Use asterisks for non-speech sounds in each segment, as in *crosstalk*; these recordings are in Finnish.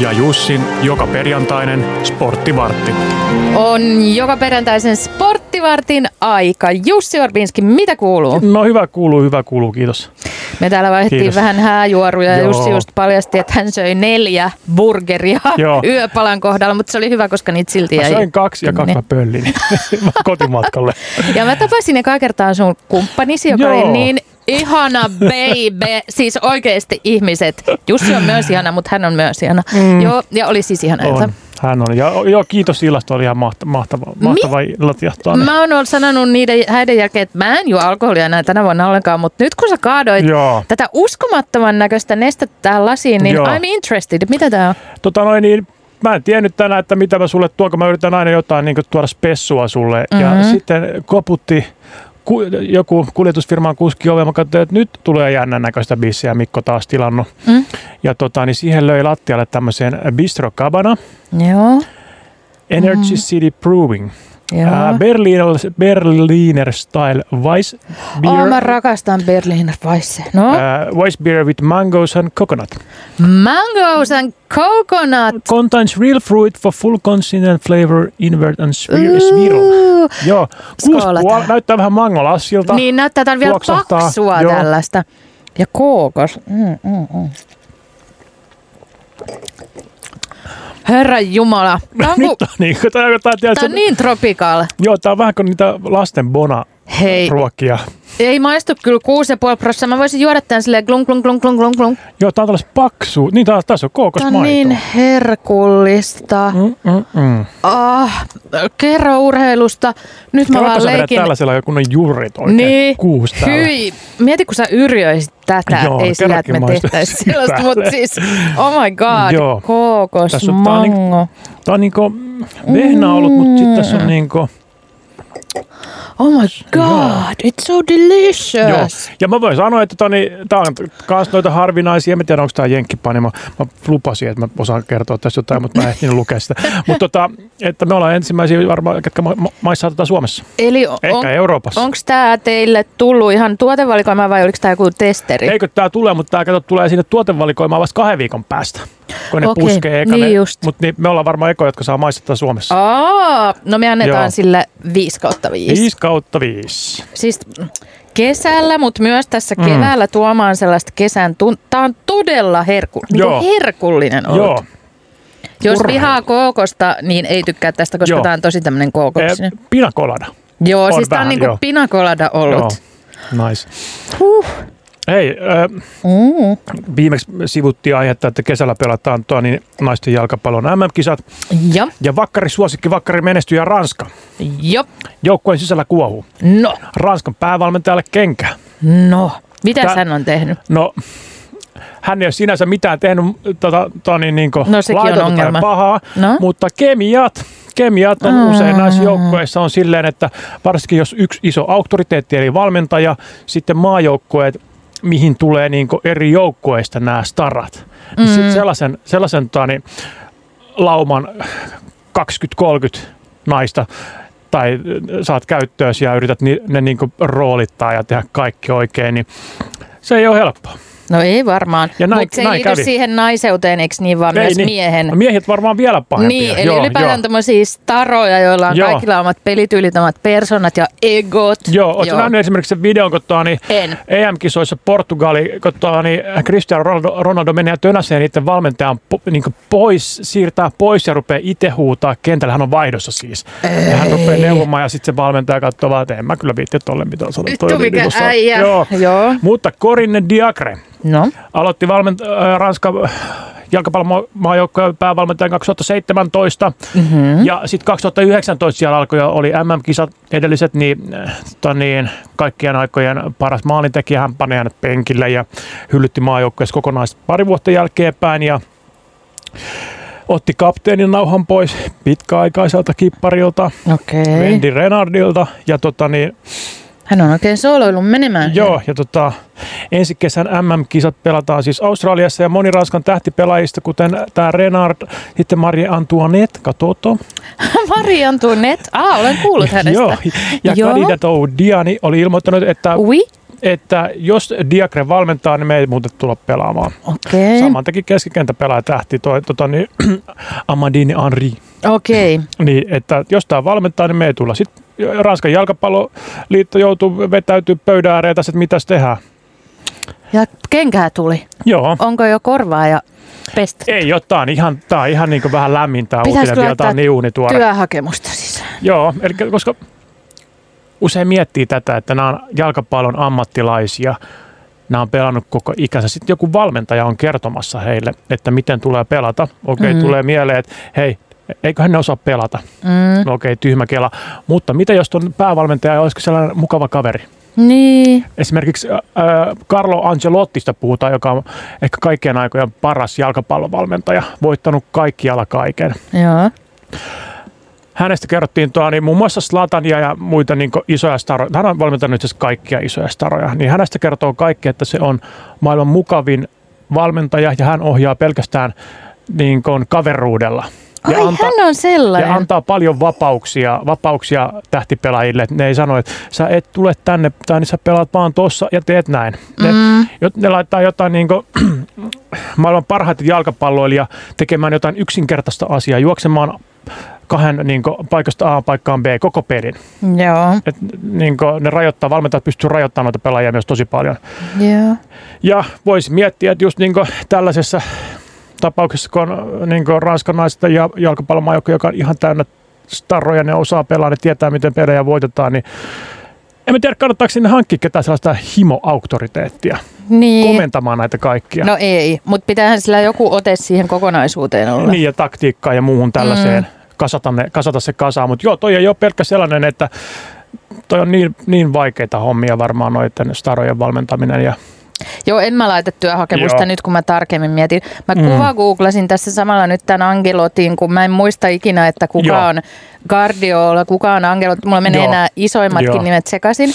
ja Jussin joka perjantainen sporttivartti. On joka perjantaisen sporttivartin aika. Jussi Orbinski, mitä kuuluu? No hyvä kuuluu, hyvä kuuluu, kiitos. Me täällä vaihdettiin Kiitos. vähän hääjuoruja ja Joo. Jussi just paljasti, että hän söi neljä burgeria *laughs* Joo. yöpalan kohdalla, mutta se oli hyvä, koska niitä silti Mä jäi. söin kaksi ja kaksi Ne. mä pöllin *laughs* Mä kotimatkalle. Niin. Ja mä tapasin eka kertaa sun kumppanisi, joka Joo. oli niin ihana baby. Siis oikeasti ihmiset. Jussi on myös ihana, mutta hän on myös ihana. Mm. Joo, ja oli siis ihana ilta. On. Hän on. Ja joo, kiitos illasta, oli ihan mahta- mahtava, mahtava illat jahtaa. Mä oon ollut sanonut niiden häiden jälkeen, että mä en juo alkoholia enää tänä vuonna ollenkaan, mutta nyt kun sä kaadoit Joo. tätä uskomattoman näköistä nestettä tähän lasiin, niin Joo. I'm interested. Mitä tää on? Tota noin, niin mä en tiennyt tänään, että mitä mä sulle tuon, kun mä yritän aina jotain niin tuoda spessua sulle. Mm-hmm. Mhm. Ja sitten koputti ku, joku kuljetusfirman kuski ove, mä katsoin, että nyt tulee jännän näköistä bissiä, Mikko taas tilannut. Mm. Ja tota, niin siihen löi lattialle tämmöisen Bistro Cabana, Joo. Energy mm-hmm. City Brewing. Mm. Joo. Ää, Berliner, Berliner Style Weiss Beer. Oh, mä rakastan Berliner Weisse. No, ää, Weiss Beer with mangoes and coconut. mangoes and coconut. Contains real fruit for full consistent flavor, invert and spir- spiral. Ooh. Joo, kuusi Skoolataan. puoli, näyttää vähän mangolassilta. *laughs* Niin, näyttää, tää on vielä Tuoksahtaa. paksua Joo. tällaista. Ja kookos. Mm, mm, mm. Herra Jumala. Tää on, ku, *laughs* Nyt on niin, kun tää, tää, tää, tää on niin tropical. Joo, tää on vähän kuin niitä lasten bona Hei, ruokia. ei maistu kyllä 6,5 prosenttia. Mä voisin juoda tän silleen glung, glung, glung, glung, glung, glung. Joo, tää on tällais paksu. Niin, tää, tässä on Tää on kookosmaito. niin herkullista. Mm, mm, mm. Ah, kerro urheilusta. Nyt mä Mä vaan sä vedät leikin. tällaisella joku noin juurit oikein. Niin. Kuusi täällä. Hyi, mieti kun sä yrjöisit tätä, Joo, ei sillä, että me kerrankin maistu tehtäisiin sellaista, päälle. mutta siis, oh my god, Joo. kookos, Tässä on- tää on niinku- mango. Tää on niinku vehnä ollut, mutta sit tässä Mm. on niinku... Oh my god, it's so delicious. Joo. Ja mä voin sanoa, että toni, tää on kans noita harvinaisia, mä tiedän onko tää jenkkipanimo. Mä lupasin, että mä osaan kertoa tästä jotain, mutta mä en ehtinyt lukea *laughs* sitä. Mutta tota, että me ollaan ensimmäisiä varmaan, ketkä ma- ma- maissa tätä Suomessa. Eli Ehkä on, Euroopassa. onko tämä teille tullut ihan tuotevalikoima vai oliko tämä joku testeri? Eikö tää tule, mutta tää kato tulee sinne tuotevalikoimaan vasta kahden viikon päästä. Kun ne Okei, puskee eka niin ne, just. Ah, Mutta niin, me ollaan varmaan eko, jotka saa maistetta Suomessa. Aa, no me annetaan Joo. sille 5 kautta 5. 5 kautta 5. Siis kesällä, mutta myös tässä Mm. keväällä tuomaan sellaista kesän tun- Tämä on todella herku- Joo. niin herkullinen ollut. Joo. Jos Urheilu. vihaa kookosta, niin ei tykkää tästä, koska Joo. tämä on tosi tämmöinen Eh, kookoksinen. Pinakolada. joo, on siis tämä on vähän, niinku joo. pinakolada ollut. Joo. Nice. Huh. Hei, äh, Mm. viimeksi sivuttiin aihetta, että kesällä pelataan tuo, niin naisten jalkapallon MM-kisat. Ja, Ja vakkari suosikki, vakkari menestyjä Ranska. jo, Joukkueen sisällä kuohuu. no, Ranskan päävalmentajalle kenkä. no. Mitä Tää- hän on tehnyt? No, hän ei ole sinänsä mitään tehnyt tota, tota, niin, niin No, sekin on ongelma. pahaa, No? no? mutta kemiat, kemiat on mm. usein näissä joukkueissa on silleen, että varsinkin jos yksi iso auktoriteetti eli valmentaja, sitten maajoukkueet, mihin tulee niin eri joukkueista nämä starat, niin Mm. sit sellaisen, sellaisen tota, niin, lauman 20-30 naista tai äh, saat käyttöön ja yrität ni- ne niinku roolittaa ja tehdä kaikki oikein, niin se ei ole helppoa. No ei varmaan, Ja näin- mutta se ei näin liity kävi. siihen naiseuteen, eikö niin, vaan Ei myös niin. miehen. No miehet varmaan vielä pahempia. Niin, eli ylipäätään tämmöisiä staroja, joilla on Joo. kaikilla omat pelityylit, omat persoonat ja egot. Joo, ootko Joo. nähnyt esimerkiksi sen videon, kun tää, niin En. Portugali. EM-kisoissa Portugali, kun tää, niin Cristiano Ronaldo, Ronaldo menee tönäseen niiden valmentajan po, niin pois, siirtää pois ja rupeaa itse huutaa kentällä. Hän on vaihdossa siis. Ei. Ja hän rupeaa neuvomaan ja sitten se valmentaja katsoo vaan, että en mä kyllä viitti tolle mitään sanoa. Vittu, Toi oli mikä niinku sa- äijä. Joo. Joo. Mutta Corinne Diacre No, aloitti valment- äh, Ranskan jalkapallomaajoukkojen päävalmentajan 2017. Mm-hmm. Ja sitten 2019 siellä alkoi jo oli MM-kisat edelliset, niin, äh, tota niin kaikkien aikojen paras maalintekijä hän pani hänet penkille ja hyllytti maajoukkueessa kokonaisesti pari vuotta jälkeenpäin. Ja otti kapteenin nauhan pois pitkäaikaiselta kipparilta, okei. Wendy Renardilta ja tota niin, Hän on oikein sooloillut menemään. *laughs* Joo, ja tota, ensi kesän MM-kisat pelataan siis Australiassa ja moni Ranskan tähtipelaajista, kuten tämä Renard, sitten Marie Antoinette, Katoto. Marie Antoinette. Ah, olen kuullut hänestä. Joo, ja Joo. Uh. Kadidatou Diani oli ilmoittanut, että Oui? että jos Diakre valmentaa, niin me ei muuten tulla pelaamaan. Okei. Okay. Saman teki keskikenttäpelaaja tähti, toi, tota, niin, *clears throat* Amadine Henri. Okei. Okay. Niin, että jos tämä valmentaa, niin me ei tulla. Sitten Ranskan jalkapalloliitto joutuu vetäytyy pöydän ääreen tässä, että mitäs tehdään. Ja kenkää tuli. Joo. Onko jo korvaa ja pestä? Ei ole, tää on ihan, tää on ihan niin kuin vähän lämmin tämä uutinen, Pitäisikö vielä tää laittaa on niin uunituore. työhakemusta sisään? Joo, eli koska usein miettii tätä, että nämä on jalkapallon ammattilaisia, nämä on pelannut koko ikänsä. Sitten joku valmentaja on kertomassa heille, että miten tulee pelata. Okei, Mm. mm. tulee mieleen, että hei, eiköhän ne osaa pelata. Mm. No okei, tyhmä kela. Mutta mitä jos tuon päävalmentaja olisiko sellainen mukava kaveri? Niin. Esimerkiksi äh, Carlo Ancelottista puhutaan, joka on ehkä kaikkien aikojen paras jalkapallovalmentaja, voittanut kaikkialla kaiken Joo. hänestä kerrottiin tuo, niin muun muassa Slatania ja muita niin isoja staroja. Hän on valmentanut itse asiassa kaikkia isoja staroja. Niin hänestä kertoo kaikki, että se on maailman mukavin valmentaja ja hän ohjaa pelkästään niin kuin kaveruudella. Ai, Ja antaa, hän on sellainen. ja antaa paljon vapauksia, vapauksia tähtipelaajille. Et Ne ei sano, että sä et tule tänne, tai niin sä pelaat vaan tossa ja teet näin. Ne, Mm. Jot- ne laittaa jotain niin kuin, *clears throat* maailman parhaita jalkapalloilija tekemään jotain yksinkertaista asiaa, juoksemaan kahden niin kuin, paikasta A paikkaan B koko pelin. Joo. Et, niin kuin, ne rajoittaa, valmentajat pystyy rajoittamaan noita pelaajia myös tosi paljon. Joo. Ja voisi miettiä, että just niin kuin, tällaisessa tapauksessa, kun on niin kuin, Ranskan naisten ja jalkapallomaajoukko, joka on ihan täynnä starroja, ne osaa pelaa, ne tietää, miten pelejä voitetaan, niin en mä tiedä, kannattaako sinne hankkia ketään sellaista himo-auktoriteettia Niin. komentamaan näitä kaikkia. No ei, mutta pitäähän sillä joku ote siihen kokonaisuuteen olla. Niin ja taktiikkaa ja muuhun tällaiseen. Mm. Kasata, ne, kasata se kasaan. Mutta joo, toi ei ole pelkkä sellainen, että toi on niin, niin vaikeita hommia varmaan noiden starojen valmentaminen. Ja, Joo, en mä laita työhakemusta Joo. Joo. nyt, kun mä tarkemmin mietin. Mä Mm. kuva googlasin tässä samalla nyt tämän Angelotin, kun mä en muista ikinä, että kuka Joo. Joo. on Guardiola, kuka on Angelot. Mulla menee Joo. nämä isoimmatkin Joo. Joo. nimet sekaisin.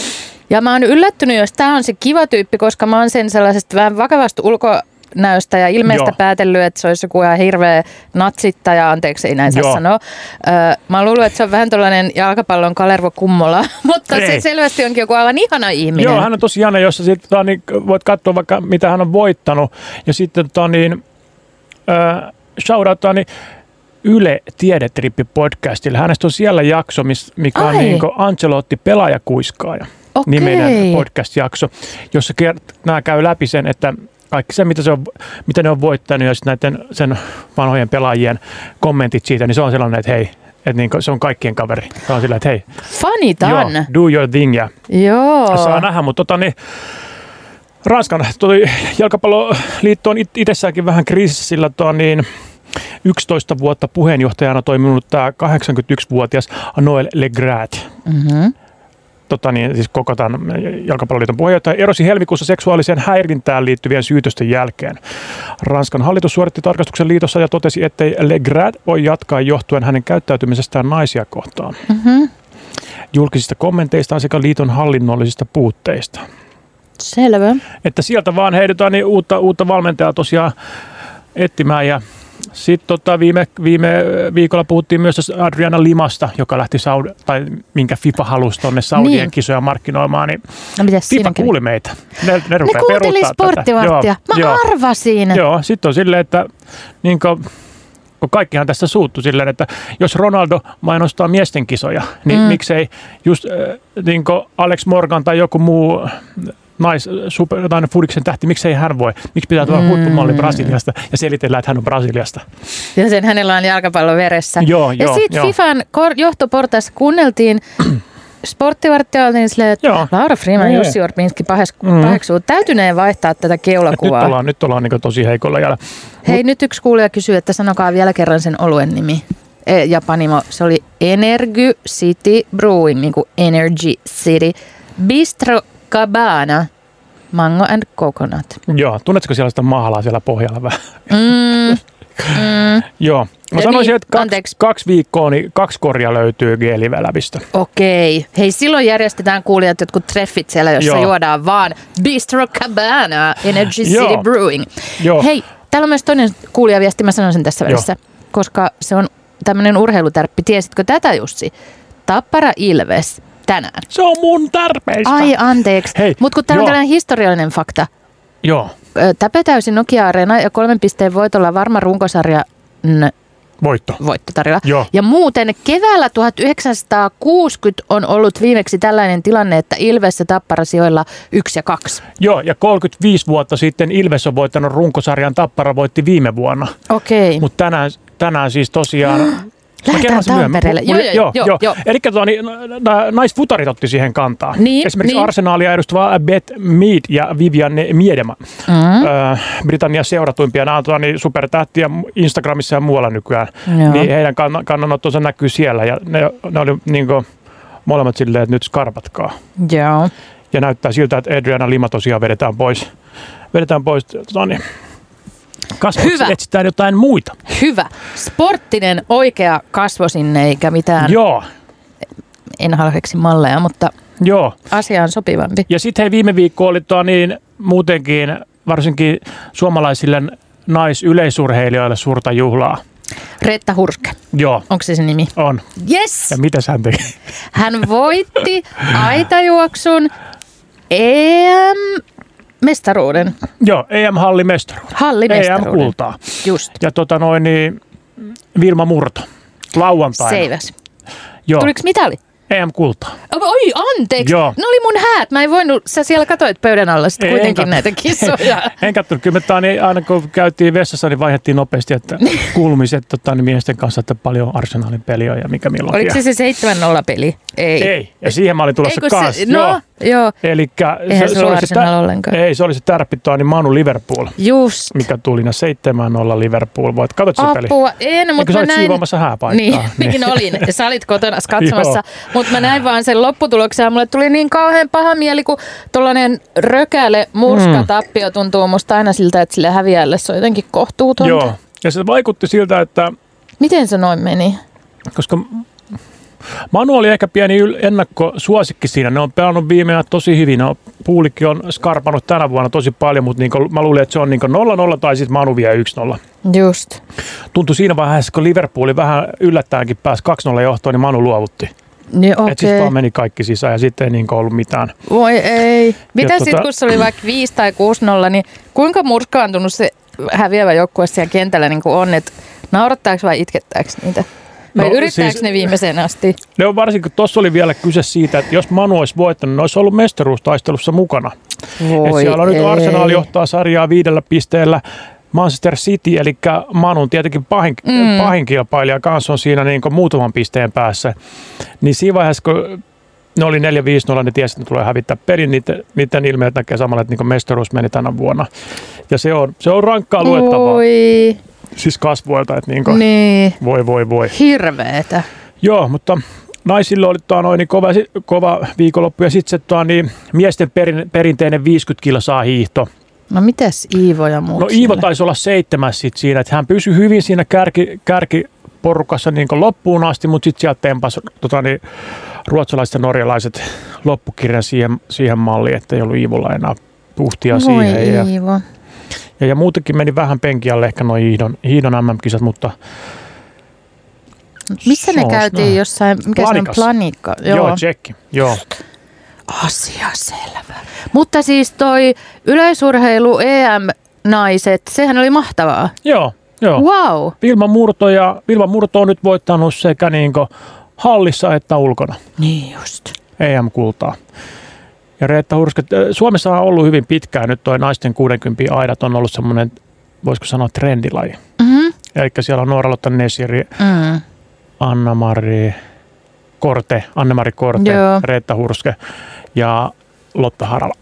Ja mä oon yllättynyt, jos tämä on se kiva tyyppi, koska mä oon sen sellaisesta vähän vakavasta ulkonäöstä ja ilmeestä Joo. päätellyt, että se olisi joku ihan hirveä natsittaja, anteeksi ei näin saa Joo. sanoa. Öö, mä luulen, että se on vähän tällainen jalkapallon Kalervo Kummola, *laughs* mutta ei. se Ei. selvästi onkin joku aivan ihana ihminen. joo, hän on tosi jännä, jossa sit, tota, niin, voit katsoa vaikka mitä hän on voittanut. Ja sitten tota, niin, äh, shoutouttaa, niin Yle Tiedetrippi podcastilla. Hänestä on siellä jakso, miss, mikä Ai. on niin kuin Ancelotti pelaajakuiskaaja. Okei. niminen podcast-jakso, jossa kert- nämä käy läpi sen, että kaikki se, mitä, se on, mitä ne on voittanut ja sit näiden sen vanhojen pelaajien kommentit siitä, niin se on sellainen, että hei, että niin, se on kaikkien kaveri. Se on sillä, että hei, Fanitan. joo, do your thing ja Joo. saa nähdä, mutta tota, niin, Ranskan toi jalkapalloliitto on it- itsessäänkin vähän kriisissä, sillä tuo, niin 11 vuotta puheenjohtajana toiminut tämä 81-vuotias Noel Legrat Mm-hmm. tota niin, siis koko tämän jalkapalloliiton puheenjohtaja erosi helmikuussa seksuaaliseen häirintään liittyvien syytösten jälkeen. Ranskan hallitus suoritti tarkastuksen liitossa ja totesi, ettei Le Grad voi jatkaa johtuen hänen käyttäytymisestään naisia kohtaan, Mm-hmm. julkisista kommenteistaan sekä liiton hallinnollisista puutteista. Selvä. Että sieltä vaan heidytään niin uutta, uutta valmentajaa tosiaan etsimään ja sitten tota, viime, viime äh, viikolla puhuttiin myös tästä Adriana Limasta, joka lähti Saudi, tai minkä FIFA halusi tuonne Saudien Niin. niin. kisoja markkinoimaan, niin No mitäs Tipa siinä kävi? kuuli meitä. Ne, ne Ne rupeaa kuunteli peruuttaa sporttivarttia. Tätä. Mä Joo, joo, arvasin. joo. sitten on silleen, että niin kuin, kun kaikkihan tässä suuttu silleen, että jos Ronaldo mainostaa miesten kisoja, niin Mm. mm. miksei just äh, niin kuin Alex Morgan tai joku muu nais, super, jotain Fudiksen tähti, miksei hän voi? Miksi pitää tulla Mm. mm. huippumalli Brasiliasta ja selitellä, että hän on Brasiliasta? Ja sen hänellä on jalkapallon veressä. Joo, ja joo, sitten joo. FIFAn kor- johtoportaissa *clears throat* kuunneltiin sporttivarttia, oltiin silleen, että Joo. Laura Freeman ja Joo. Jussi Orpinski pahes- Mm. paheksuu. Täytyneen vaihtaa tätä Et Nyt keulakuvaa. ollaan, nyt ollaan niin tosi heikolla jäljellä. Hei, nyt yksi kuulija kysyy, että sanokaa vielä kerran sen oluen nimi. E, ja panimo, se oli Energy City Brewing, niin kuin Energy City. Bistro Cabana, Mango and Coconut. Joo, tunnetko siellä sitä mahalaa siellä pohjalla vähän? Mm, mm, Joo. Mä Ja sanoisin, niin, että kaksi, anteeksi. kaksi viikkoa, niin kaksi korja löytyy G-live-lävistä. Okei. Hei, silloin järjestetään kuulijat jotkut treffit siellä, jossa Joo. Joo. juodaan vaan Bistro Cabana, Energy City Joo. Brewing. Joo. Hei, täällä on myös toinen kuulijaviesti, mä sanon sen tässä Joo. välissä, koska se on tämmöinen urheilutärppi. Tiesitkö tätä, Jussi? Tappara Ilves tänään. Se on mun tarpeista. Ai anteeksi, Hei, mutta kun tämä on joo. tällainen historiallinen fakta. Joo, Ö, Täpötäysi Nokia Arena ja kolmen pisteen voitolla varma runkosarja voitto. voittotarjolla. Joo. Ja muuten keväällä 1960 on ollut viimeksi tällainen tilanne, että Ilves ja Tappara sijoilla 1 ja 2. Joo, ja 35 vuotta sitten Ilves on voittanut runkosarjan, Tappara voitti viime vuonna. Okei. Mutta tänään, tänään siis *gasps* tosiaan... Mä Lähdetään kerron sen myöhemmin. Tampereelle. Mu- Joo, mu- joo, joo, joo, joo. joo. joo. Eli tota, niin, n- nää naisfutarit otti siihen kantaa. Niin, Esimerkiksi niin. Arsenaalia edustava Beth Mead ja Vivianne Miedema. Hmm? Mm. Britannian seuratuimpia nämä on tota, niin supertähtiä Instagramissa ja muualla nykyään. Joo. Niin heidän kann- kannanottonsa näkyy siellä. Ja ne, ne oli niin kuin, molemmat silleen, että nyt skarpatkaa. Joo. Ja näyttää siltä, että Adriana Lima tosiaan vedetään pois. Vedetään pois. Tota, niin. Kasviksi Hyvä. etsitään jotain muita. Hyvä. Sporttinen oikea kasvo sinne, eikä mitään, jo. Joo, en halveksi malleja, mutta joo. asia on sopivampi. Ja sitten hei, viime viikko oli tuo niin muutenkin varsinkin suomalaisille naisyleisurheilijoille suurta juhlaa. Reetta Hurske, Joo, onko se se nimi? on. Yes! Ja mitä sä teki? Hän voitti aitajuoksun E EM-mestaruuden, *laughs* Joo, E EM-halli mestaruuden. hallimestaruuden. EM-kultaa. Just, Ja tota noin niin, Vilma Murto. Lauantaina. seiväs. Joo, E Tuliko mitali? EM-kultaa. Oi, anteeksi. Joo. Ne oli mun häät. Mä en voinut, sä siellä katoit pöydän alla sitten Ei, en kuitenkin katso. näitä *laughs* kisoja. En kattonut. Kyllä me tää, niin aina kun käytiin vessassa, niin vaihdettiin nopeasti, että kuulumiset tota, niin miesten kanssa, että paljon arsenaalin peliä ja mikä milloin. Oliko se se 7-0 peli? Ei. Ei, ja siihen mä olin tulossa Ei, kun kanssa. se, no, joo. Eli Eihän sulla Arsenal ollenkaan. Ei, se oli se tärppittoa, niin Manu Liverpool, Just. mikä tuli na 7-0 Liverpool. Voit, katsot se peli. Apua, en, Eikö mutta sä mä olit näin... siivoamassa hääpaikkaa? *laughs* Niin, niin olin. Sä olit kotona katsomassa. mutta mä näin vaan sen lopputuloksen ja mulle tuli niin kauhean paha mieli, kun tollanen rökäle Mm. murskatappio tuntuu musta aina siltä, että sille häviäjälle se on jotenkin kohtuutonta. Joo, ja se vaikutti siltä, että Miten se noin meni? koska Manu oli ehkä pieni yl- ennakkosuosikki siinä. Ne on pelannut viime ajan tosi hyvin. Ne on, Puulikki on skarpannut tänä vuonna tosi paljon, mutta niin mä luulin, että se on niin 0-0 tai sitten Manu vie 1-0. Just. Tuntui siinä vaiheessa, kun Liverpooli vähän yllättäenkin pääsi 2-0 johtoon, niin Manu luovutti. Niin Okay. okei. Et sitten vaan meni kaikki sisään ja sitten ei niin ollut mitään. Voi ei. Mitä Ja sitten, tota- kun se oli vaikka 5 tai 6-0, niin kuinka murskaantunut se häviävä joukkue siellä kentällä niin kuin on? Et naurattaako vai itkettääkö niitä? Vai no, No, yrittääkö siis... siis- ne viimeiseen asti? Ne on varsinkin, kun tuossa oli vielä kyse siitä, että jos Manu olisi voittanut, ne olisi ollut mestaruustaistelussa mukana. Et siellä on nyt Arsenal johtaa sarjaa viidellä pisteellä. Manchester City, eli Manun tietenkin pahin, Mm. mm. pahin kilpailija kanssa on siinä niin muutaman pisteen päässä. Niin siinä vaiheessa, kun ne oli 4-5-0, ne tiesi, että ne tulee hävittää niin pelin, niiden, niiden ilmeet näkee samalla, että niin mestaruus meni tänä vuonna. Ja se on, se on rankkaa luettavaa, Oi. Voi, siis kasvoilta, että niin kuin, niin. voi voi voi. Hirveetä. Joo, mutta naisilla oli tuo noin niin kova, kova viikonloppu ja sitten se tuo niin miesten perin, perinteinen 50 kilsaa hiihto. No mitäs Iivo ja muut No Iivo siellä? taisi olla seitsemäs sit siinä, että hän pysyi hyvin siinä kärki, kärkiporukassa niin kuin loppuun asti, mutta sitten sieltä tempas tota niin, ruotsalaiset ja norjalaiset loppukirjan siihen, siihen malliin, että ei ollut Iivolla enää puhtia Voi siihen. Ja, Iivo. ja, ja, muutenkin meni vähän penkialle ehkä noin hiidon, hiidon MM-kisat, mutta Missä ne Soos, käytiin näin. jossain, mikä se on Planikas. planikka? joo, joo tsekki. Joo. Asia selvä. Mutta siis toi yleisurheilu EM-naiset, sehän oli mahtavaa. joo, joo. Wow. Vilma Murto, ja, Vilma Murto on nyt voittanut sekä niin hallissa että ulkona Niin just. EM-kultaa. E Ja Reetta Hurske, Suomessa on ollut hyvin pitkään nyt toi naisten 60 aidat on ollut semmoinen, voisiko sanoa trendilaji. Mm-hmm. Eli siellä on Nooralotta Nesiri, Mm. Anna-Mari Korte, Anne-Mari Korte, Joo. Reetta Hurske ja Lotta Harala.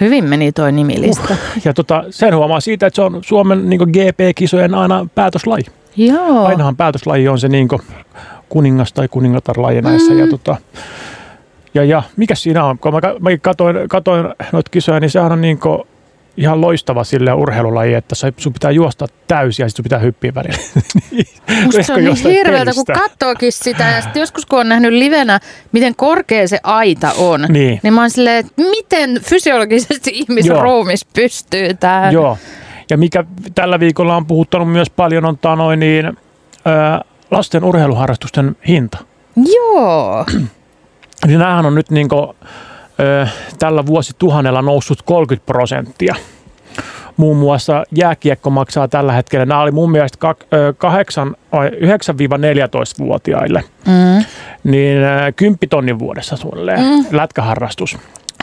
Hyvin meni toi nimilista. Uh. Ja tota, sen huomaa siitä, että se on Suomen niin GP-kisojen aina päätöslaji. Joo. ainahan päätöslaji on se niin kuningas tai kuningatarlaji näissä. Ja, tota, ja, ja mikä siinä on? Kun mä, ka- mä katoin, katoin noita kisoja, niin sehän on niin ihan loistava sille urheilulaji, että sä- sun pitää juosta täysin ja sitten sun pitää hyppiä välillä. Musta se Ehkä on niin jostain hirveältä, kun pelistä. katsookin sitä. Ja sit joskus kun on nähnyt livenä, miten korkea se aita *laughs* on, Niin. niin mä oon silleen, että miten fysiologisesti *laughs* ihmisen Joo. ruumis pystyy tähän. Joo. Ja mikä tällä viikolla on puhuttanut myös paljon on tää noin niin, ö, lasten urheiluharrastusten hinta. Joo. niin näähän on nyt niin kuin, ö, tällä vuosituhannella noussut 30 prosenttia. Muun muassa jääkiekko maksaa tällä hetkellä, nämä oli mun mielestä kak- ö, kahdeksan- vai 9-14-vuotiaille, Mm. niin ö, 10 tonnin vuodessa suunnilleen Mm. mm. lätkäharrastus.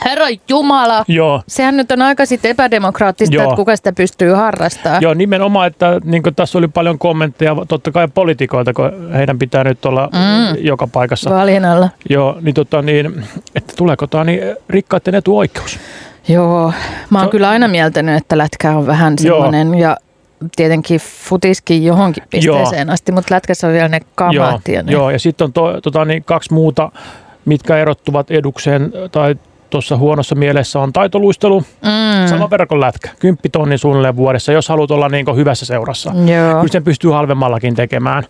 Herra Jumala! Joo, Sehän nyt on aika sit epädemokraattista, Joo. että kuka sitä pystyy harrastamaan. Joo, nimenomaan, että niin tässä oli paljon kommentteja totta kai poliitikoilta, kun heidän pitää nyt olla Mm. mm. joka paikassa. Va- Valinnalla. Joo, niin, tota, niin että tuleeko tämä niin rikkaiden etuoikeus? Joo, mä oon Se- kyllä aina mieltänyt, että lätkä on vähän Joo. semmoinen ja tietenkin futiskin johonkin pisteeseen asti, mutta lätkässä on vielä ne joo, kamat ja ne. joo, ja sitten on to, tota, niin kaksi muuta, mitkä erottuvat edukseen tai tuossa huonossa mielessä on taitoluistelu, mm. Mm. sama verran kuin lätkä, 10 tonnin suunnilleen vuodessa, jos haluat olla niin hyvässä seurassa. Mm. Joo. Kyllä sen pystyy halvemmallakin tekemään.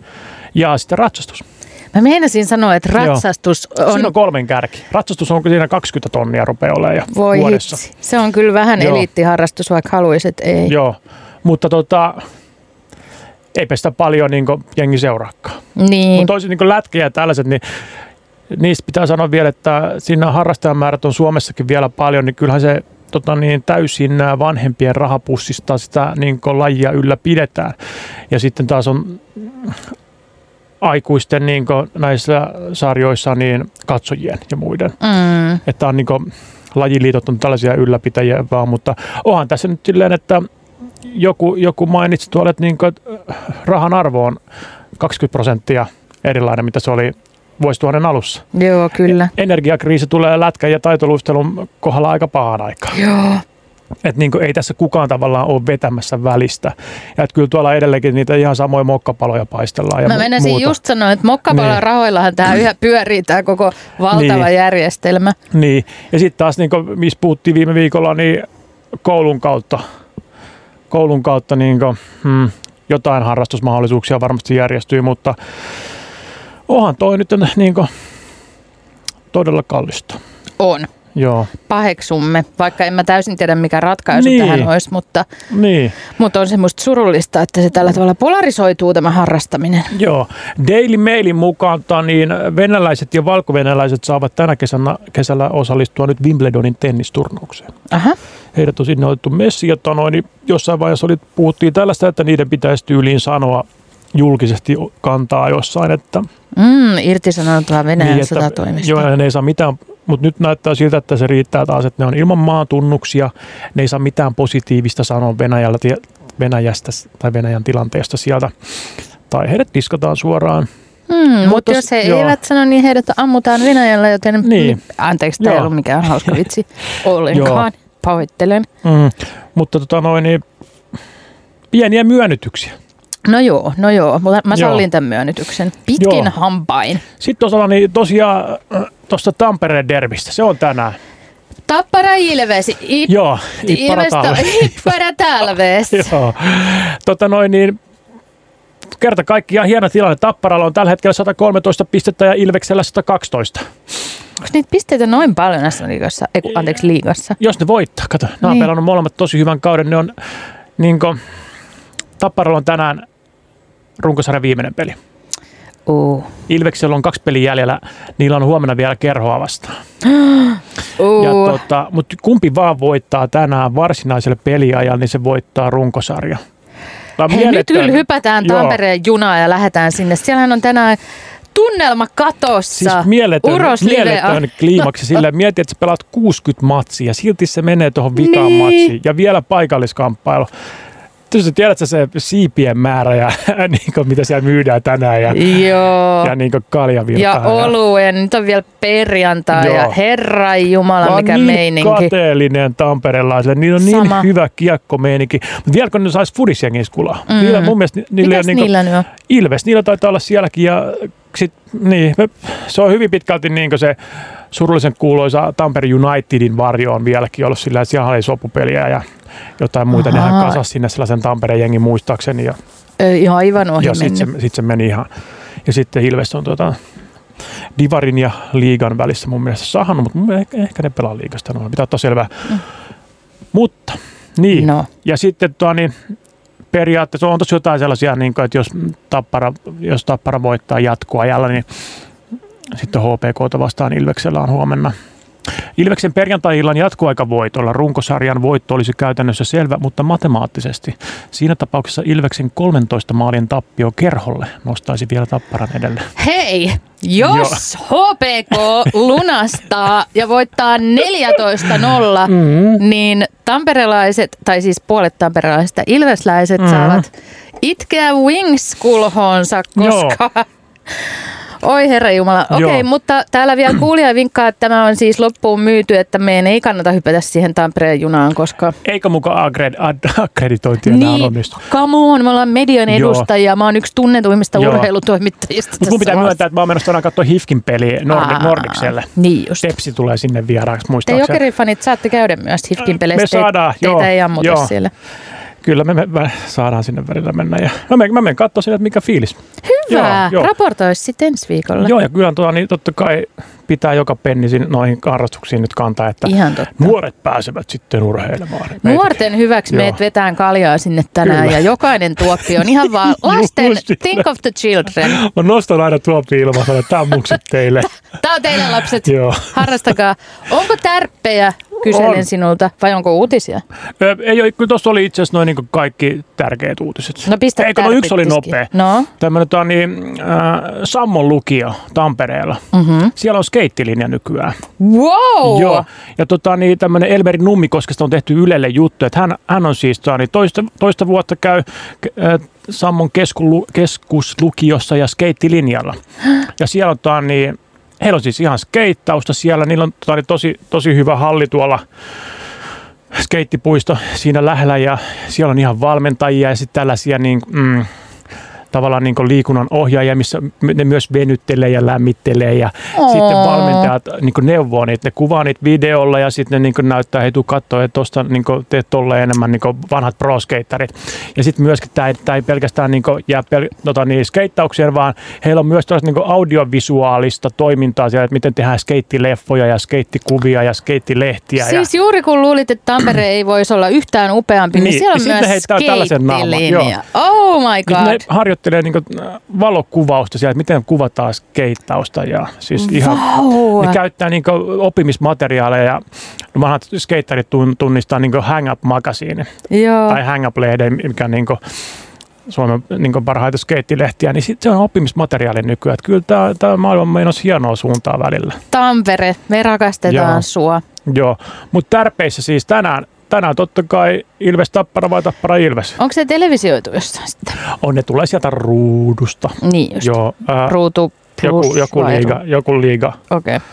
Ja sitten ratsastus. Mä meinasin sanoa, että Joo. ratsastus On. on... Siinä on kolmen kärki. Ratsastus on siinä 20 tonnia rupeaa olemaan ja Voi vuodessa. hitsi. Se on kyllä vähän Joo. eliittiharrastus, vaikka haluaisit ei. Joo, mutta tota, eipä sitä paljon niin jengi seuraakaan. Niin. Mutta toisin niin lätkiä ja tällaiset, niin niistä pitää sanoa vielä, että siinä harrastajamäärät on Suomessakin vielä paljon, niin kyllähän se tota niin, täysin nää vanhempien rahapussista sitä niin lajia ylläpidetään. Ja sitten taas on aikuisten niin näissä sarjoissa niin katsojien ja muiden Mm. että on niin kuin, lajiliitot on tällaisia ylläpitäjiä vaan, mutta onhan tässä nyt silleen, että joku, joku mainitsi tuolla, että niin kuin, rahan arvo on 20 prosenttia erilainen, mitä se oli vuosituhannen alussa. E-, Joo, kyllä. Energiakriisi tulee lätkän ja taitoluistelun kohdalla aika pahan aikaan. Joo. Et niin kuin, ei tässä kukaan tavallaan ole vetämässä välistä. Ja et kyllä tuolla edelleenkin niitä ihan samoja mokkapaloja paistellaan ja Mä mu- menisin muuta. just sanoa, että mokkapallon Niin. rahoillahan tämä yhä pyörii tämä koko valtava Niin. järjestelmä. Niin, ja sitten taas niin kuin, missä puhuttiin viime viikolla, niin koulun kautta, koulun kautta niin kuin, hmm, jotain harrastusmahdollisuuksia varmasti järjestyy, mutta onhan toi nyt niin kuin, todella kallista. On. Joo, Paheksumme, vaikka en mä täysin tiedä mikä ratkaisu Niin. tähän olisi, mutta, niin, mutta on semmoista surullista, että se tällä tavalla polarisoituu tämä harrastaminen. joo. Daily Mailin mukaan tota niin venäläiset ja valkovenäläiset saavat tänä kesänä, kesällä osallistua nyt Wimbledonin tennisturnaukseen. Aha. heidät on sinne otettu messiin. Ja tota noin, niin jossain vaiheessa oli, puhuttiin tällaista, että niiden pitäisi tyyliin sanoa julkisesti kantaa jossain, että, Mm, irtisanoutua Venäjän niin, että sotatoimista. joo, ja ne ei saa mitään, mutta nyt näyttää siltä, että se riittää taas, että ne on ilman maan tunnuksia, ne ei saa mitään positiivista sanoa Venäjällä, tie- Venäjästä s- tai Venäjän tilanteesta sieltä, tai heidät diskataan suoraan. Mm, mutta Mutta jos he joo. joo. eivät sano, niin heidät ammutaan Venäjällä, joten... Niin. Anteeksi, tämä ei Joo. ollut mikään hauska vitsi. *laughs* Ollenkaan. Pahoittelen. Mm. Mutta tota noin, niin, pieniä myönnytyksiä. No joo, no joo. Mä, mä Joo. sallin tämän myönnytyksen. Pitkin joo. Joo. hampain. hampain. Sitten tosiaan, niin tosiaan tuosta Tampereen derbistä, se on tänään. Tappara Ilves. I- Joo, Ippara Ilves Talve. *laughs* Ippara talves. *laughs* Joo. Tota noin, niin kerta kaikkiaan hieno tilanne. Tapparalla on tällä hetkellä 113 pistettä ja Ilveksellä 112. Onko niitä pisteitä noin paljon S-liigassa? Ei, kun, anteeksi, liigassa. Jos ne voittaa, kato, ne on Niin. pelannut molemmat tosi hyvän kauden. Ne on, niin kuin, Tapparalla on tänään runkosarjan viimeinen peli. Uh. Ilveksellä on kaksi peliä jäljellä, niillä on huomenna vielä kerhoa vastaan. Uh. Ja tota, mutta kumpi vaan voittaa tänään varsinaiselle peliajalle, niin se voittaa runkosarja. Tää on Hei, nyt mieletön- kyllä hypätään Joo. Tampereen junaan ja lähdetään sinne. Siellähän on tänään tunnelma katossa. Siis mieletön, Uros No. Live- *laughs* mieletön kliimaksi sillä. Mieti, että sä pelaat 60 matsia, silti se menee tuohon vikaan Niin. niin. matsiin. Ja vielä paikalliskamppailu. Tietysti tiedät sä se siipien määrä ja *laughs* niin kuin, mitä siellä myydään tänään ja, Joo. ja niin kuin Ja kaljavirtaa. oluen, nyt on vielä perjantai Joo. ja herra jumala, Mä oon mikä niin meininki. kateellinen tamperelaisille. Niillä on niin Sama. hyvä kiekkomeininki. Mutta vielä kun ne sais fudisjengissä kulaa. Mm. Mm. Niillä, mun mielestä ni- niillä ei Mitäs ole niinku- niillä nyt on? Ilves, niillä taitaa olla sielläkin ja äh, sit, niin, me- se on hyvin pitkälti niin se surullisen kuuloisa Tampere Unitedin varjo on vieläkin ollut sillä, että siellä oli sopupeliä ja jotain muita. Ahaa. Nehän kasas sinne sellaisen Tampereen jengin muistaakseni ja, Ei, ihan aivan ohi ja sitten se, mennyt. sit se, meni ihan. Ja sitten Ilves on tuota, Divarin ja Liigan välissä mun mielestä sahannut, mutta mun mielestä ehkä, ehkä ne pelaa Liigasta. No, pitää ottaa selvää. Mm. Mutta, niin. No, Ja sitten tuo, niin periaatteessa on tosi jotain sellaisia, niin kuin, että jos tappara, jos tappara voittaa jatkoajalla, niin sitten HPKta vastaan Ilveksellä on huomenna. Ilveksen perjantai-illan jatkoaikavoitolla runkosarjan voitto olisi käytännössä selvä, mutta matemaattisesti. Siinä tapauksessa Ilveksen 13 maalin tappio kerholle nostaisi vielä tapparan edelle. Hei, jos HPK lunastaa ja voittaa 14-0, Mm. mm-hmm. niin tamperelaiset, tai siis puolet tamperelaisista ilvesläiset Mm. mm-hmm. saavat itkeä Wings-kulhoonsa, koska... Joo. Oi herra Jumala. Okei, okay, mutta täällä vielä kuulija vinkkaa, että tämä on siis loppuun myyty, että meidän ei kannata hypätä siihen Tampereen junaan, koska... Eikä mukaan agred- akkreditointi enää niin, onnistu. come on, me ollaan median edustajia. Mä oon yksi tunnetuimmista Joo. urheilutoimittajista Mutta mun pitää myöntää, että mä oon menossa tänään katsoa Hifkin peliä Nordic, Nordikselle. Niin just. Tepsi tulee sinne vieraaksi, Te muistaakseni. jokerifanit saatte käydä myös Hifkin peleissä. Me saadaan, Teitä joo, ei ammuta joo. siellä. Kyllä me, me me saadaan sinne välillä mennä. Ja mä menen, mä menen katsoa sinne, että mikä fiilis. Joo, Hyvä, joo. raportoi sitten ensi viikolla. Joo, ja kyllä tuota, niin totta kai pitää joka penni sin- noihin harrastuksiin nyt kantaa, että Ihan totta. nuoret pääsevät sitten urheilemaan. Meitä- Nuorten hyväksi Joo. meet vetään kaljaa sinne tänään Kyllä. ja jokainen tuoppi on *laughs* ihan vaan lasten, Just sitä. think of the children. Mä nostan aina tuoppi ilmassa, että tämä on mukset *laughs* teille. Tämä on teidän lapset, Joo. harrastakaa. Onko tärppejä, kyselen On. sinulta, vai onko uutisia? Ö, Ei, ole- kyllä tuossa oli itse asiassa noin niin kaikki tärkeät uutiset. No pistä Eikö, no tärpit yksi oli tiskiin. nopea. No, Tämmöinen tämä on niin, äh, Sammon lukio Tampereella. Mhm. Siellä on skeittilinja nykyään. wow! Joo. Ja tota, niin, tämmöinen Elmeri Nummikoskesta on tehty Ylelle juttu, että hän, hän on siis tota, niin, toista, toista vuotta käy äh, Sammon kesku, keskuslukiossa ja skeittilinjalla. Ja siellä on, tota, niin, heillä on siis ihan skeittausta siellä, niillä on tota, niin, tosi, tosi hyvä halli tuolla skeittipuisto siinä lähellä ja siellä on ihan valmentajia ja sitten tällaisia niin, mm, tavallaan niin kuin liikunnan ohjaajia, missä ne myös venyttelee ja lämmittelee ja Oo. sitten valmentajat niin kuin neuvoo niitä, ne kuvaa niitä videolla ja sitten ne niin kuin näyttää, hei tuu kattoo, että tosta niin kuin teet tolle enemmän niin kuin vanhat proskaterit. Ja sitten myöskin tämä, tämä ei pelkästään niin kuin jää pel, tota, niin, skeittaukseen, vaan heillä on myös tällaista niin kuin audiovisuaalista toimintaa siellä, että miten tehdään skeittileffoja ja skeittikuvia ja skeittilehtiä. ja, Siis juuri kun luulit, että Tampere ei voisi olla yhtään upeampi, niin, Niin, siellä ja on sitten myös heittää tällaisen naaman, skeittilinja. Oh my Nyt ne god. harjoittelee niin valokuvausta siellä, että miten kuvataan skeittausta ja siis Mm. ihan... Wow. Ne käyttää niin oppimismateriaaleja ja vanhat skeittarit tun- tunnistaa niin Hang Up Magazine Joo. tai Hang Up Lehden, mikä on niin Suomen niin parhaita skeittilehtiä, niin sit se on oppimismateriaali nykyään. Että kyllä tämä maailma on menossa hienoa suuntaa välillä. Tampere, me rakastetaan Joo. sua. Joo, mutta tärpeissä siis tänään, tänään totta kai Ilves Tappara vai Tappara Ilves. Onko se televisioitu jostain sitten? On ne tulee sieltä ruudusta. Niin just. Joo, ää, Ruutu plus joku, joku, vai liiga, ru- joku liiga. Okei. Okay.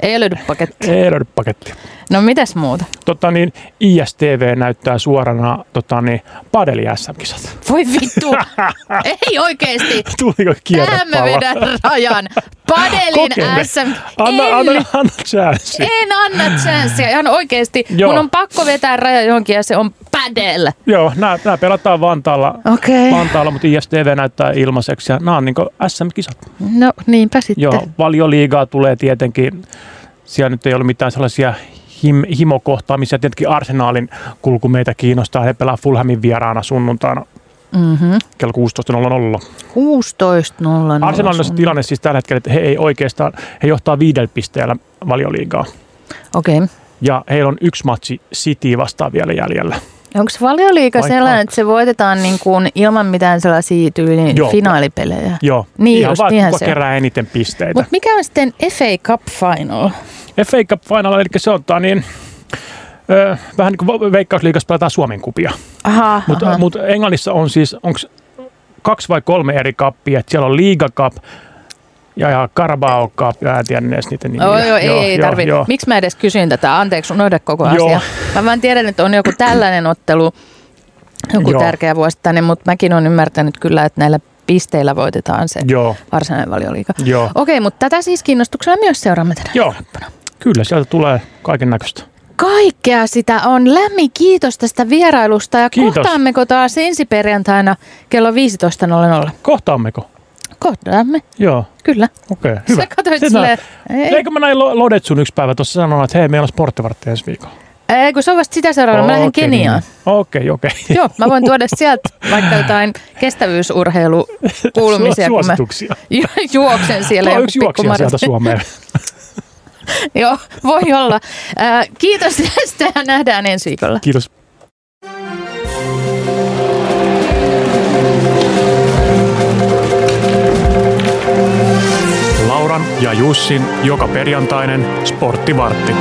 Ei löydy paketti. Ei löydy paketti. No mitäs muuta? Tota niin, ISTV näyttää suorana tota niin, padeli SM-kisat. Voi vittu! Ei oikeesti! *laughs* Tuliko Tähän mä kierrepallo? vedän rajan. Padelin Kokeile. SM. Anna, en, anna, anna chanssi. en anna chanssiä. Ihan oikeesti. Joo. Mun on pakko vetää raja johonkin ja se on padel. Joo, nämä, nämä pelataan Vantaalla, Okei. Vantaalla, mutta ISTV näyttää ilmaiseksi. Ja nämä on niin SM-kisat. No niinpä sitten. Joo, valioliigaa tulee tietenkin. Siellä nyt ei ole mitään sellaisia him, himokohtaamisia. Tietenkin Arsenaalin kulku meitä kiinnostaa. He pelaa Fulhamin vieraana sunnuntaina Mm-hmm. kello 16.00. 16.00. Arsenalin on se tilanne siis tällä hetkellä, että he ei oikeastaan, he johtaa viidellä pisteellä valioliigaa. Okei. Okay. Ja heillä on yksi matsi City vastaan vielä jäljellä. Onko valioliika Vai sellainen, kaksi? että se voitetaan niin kuin ilman mitään sellaisia tyyliin Joo. finaalipelejä? Joo, Niin ihan just, vaan, niinhän kuka se on. kerää eniten pisteitä. Mutta mikä on sitten FA Cup Final? FA Cup Final, eli se on tää niin, ö, vähän niin kuin Veikkausliigassa pelataan Suomen kupia. Aha, Mutta aha. mut Englannissa on siis, onko kaksi vai kolme eri kappia, että siellä on Liiga Cup ja, ja Carabao Cup, ja en tiedä edes niiden nimiä. Oi, joo, ei, ei tarvi. Miksi mä edes kysyin tätä? Anteeksi, unohda koko Joo. asia. Mä vaan tiedän, että on joku tällainen ottelu, joku Joo. tärkeä vuosittainen, mutta mäkin olen ymmärtänyt kyllä, että näillä pisteillä voitetaan se Joo, varsinainen valioliika. joo. Okei, mutta tätä siis kiinnostuksella myös seuraamme tänään. Joo, kyllä sieltä tulee kaiken näköistä. Kaikkea sitä on. Lämmin kiitos tästä vierailusta ja Kiitos. kohtaammeko taas ensi perjantaina kello 15.00? Kohtaammeko? Kohtaamme, Joo, kyllä. okei, okay, hyvä. Sä katsoit Sitten silleen, Eikö mä näin Lo- Lodetsun yksi päivä tuossa sanonut, että hei, meillä on sporttivartti ensi viikolla. Ei, kun se on vasta sitä seuraavana. Mä lähden Okei, Keniaan. niin. Okei, okei. Joo, mä voin tuoda sieltä vaikka jotain kestävyysurheilukuulumisia, kun mä Suosituksia. ju- juoksen siellä. Tuo joku yksi juoksija pikkumaratonin. sieltä Suomeen. Joo, voi olla. Äh, kiitos tästä. Nähdään ensi viikolla. Kiitos. Lauran ja Jussin joka perjantainen sporttivartti.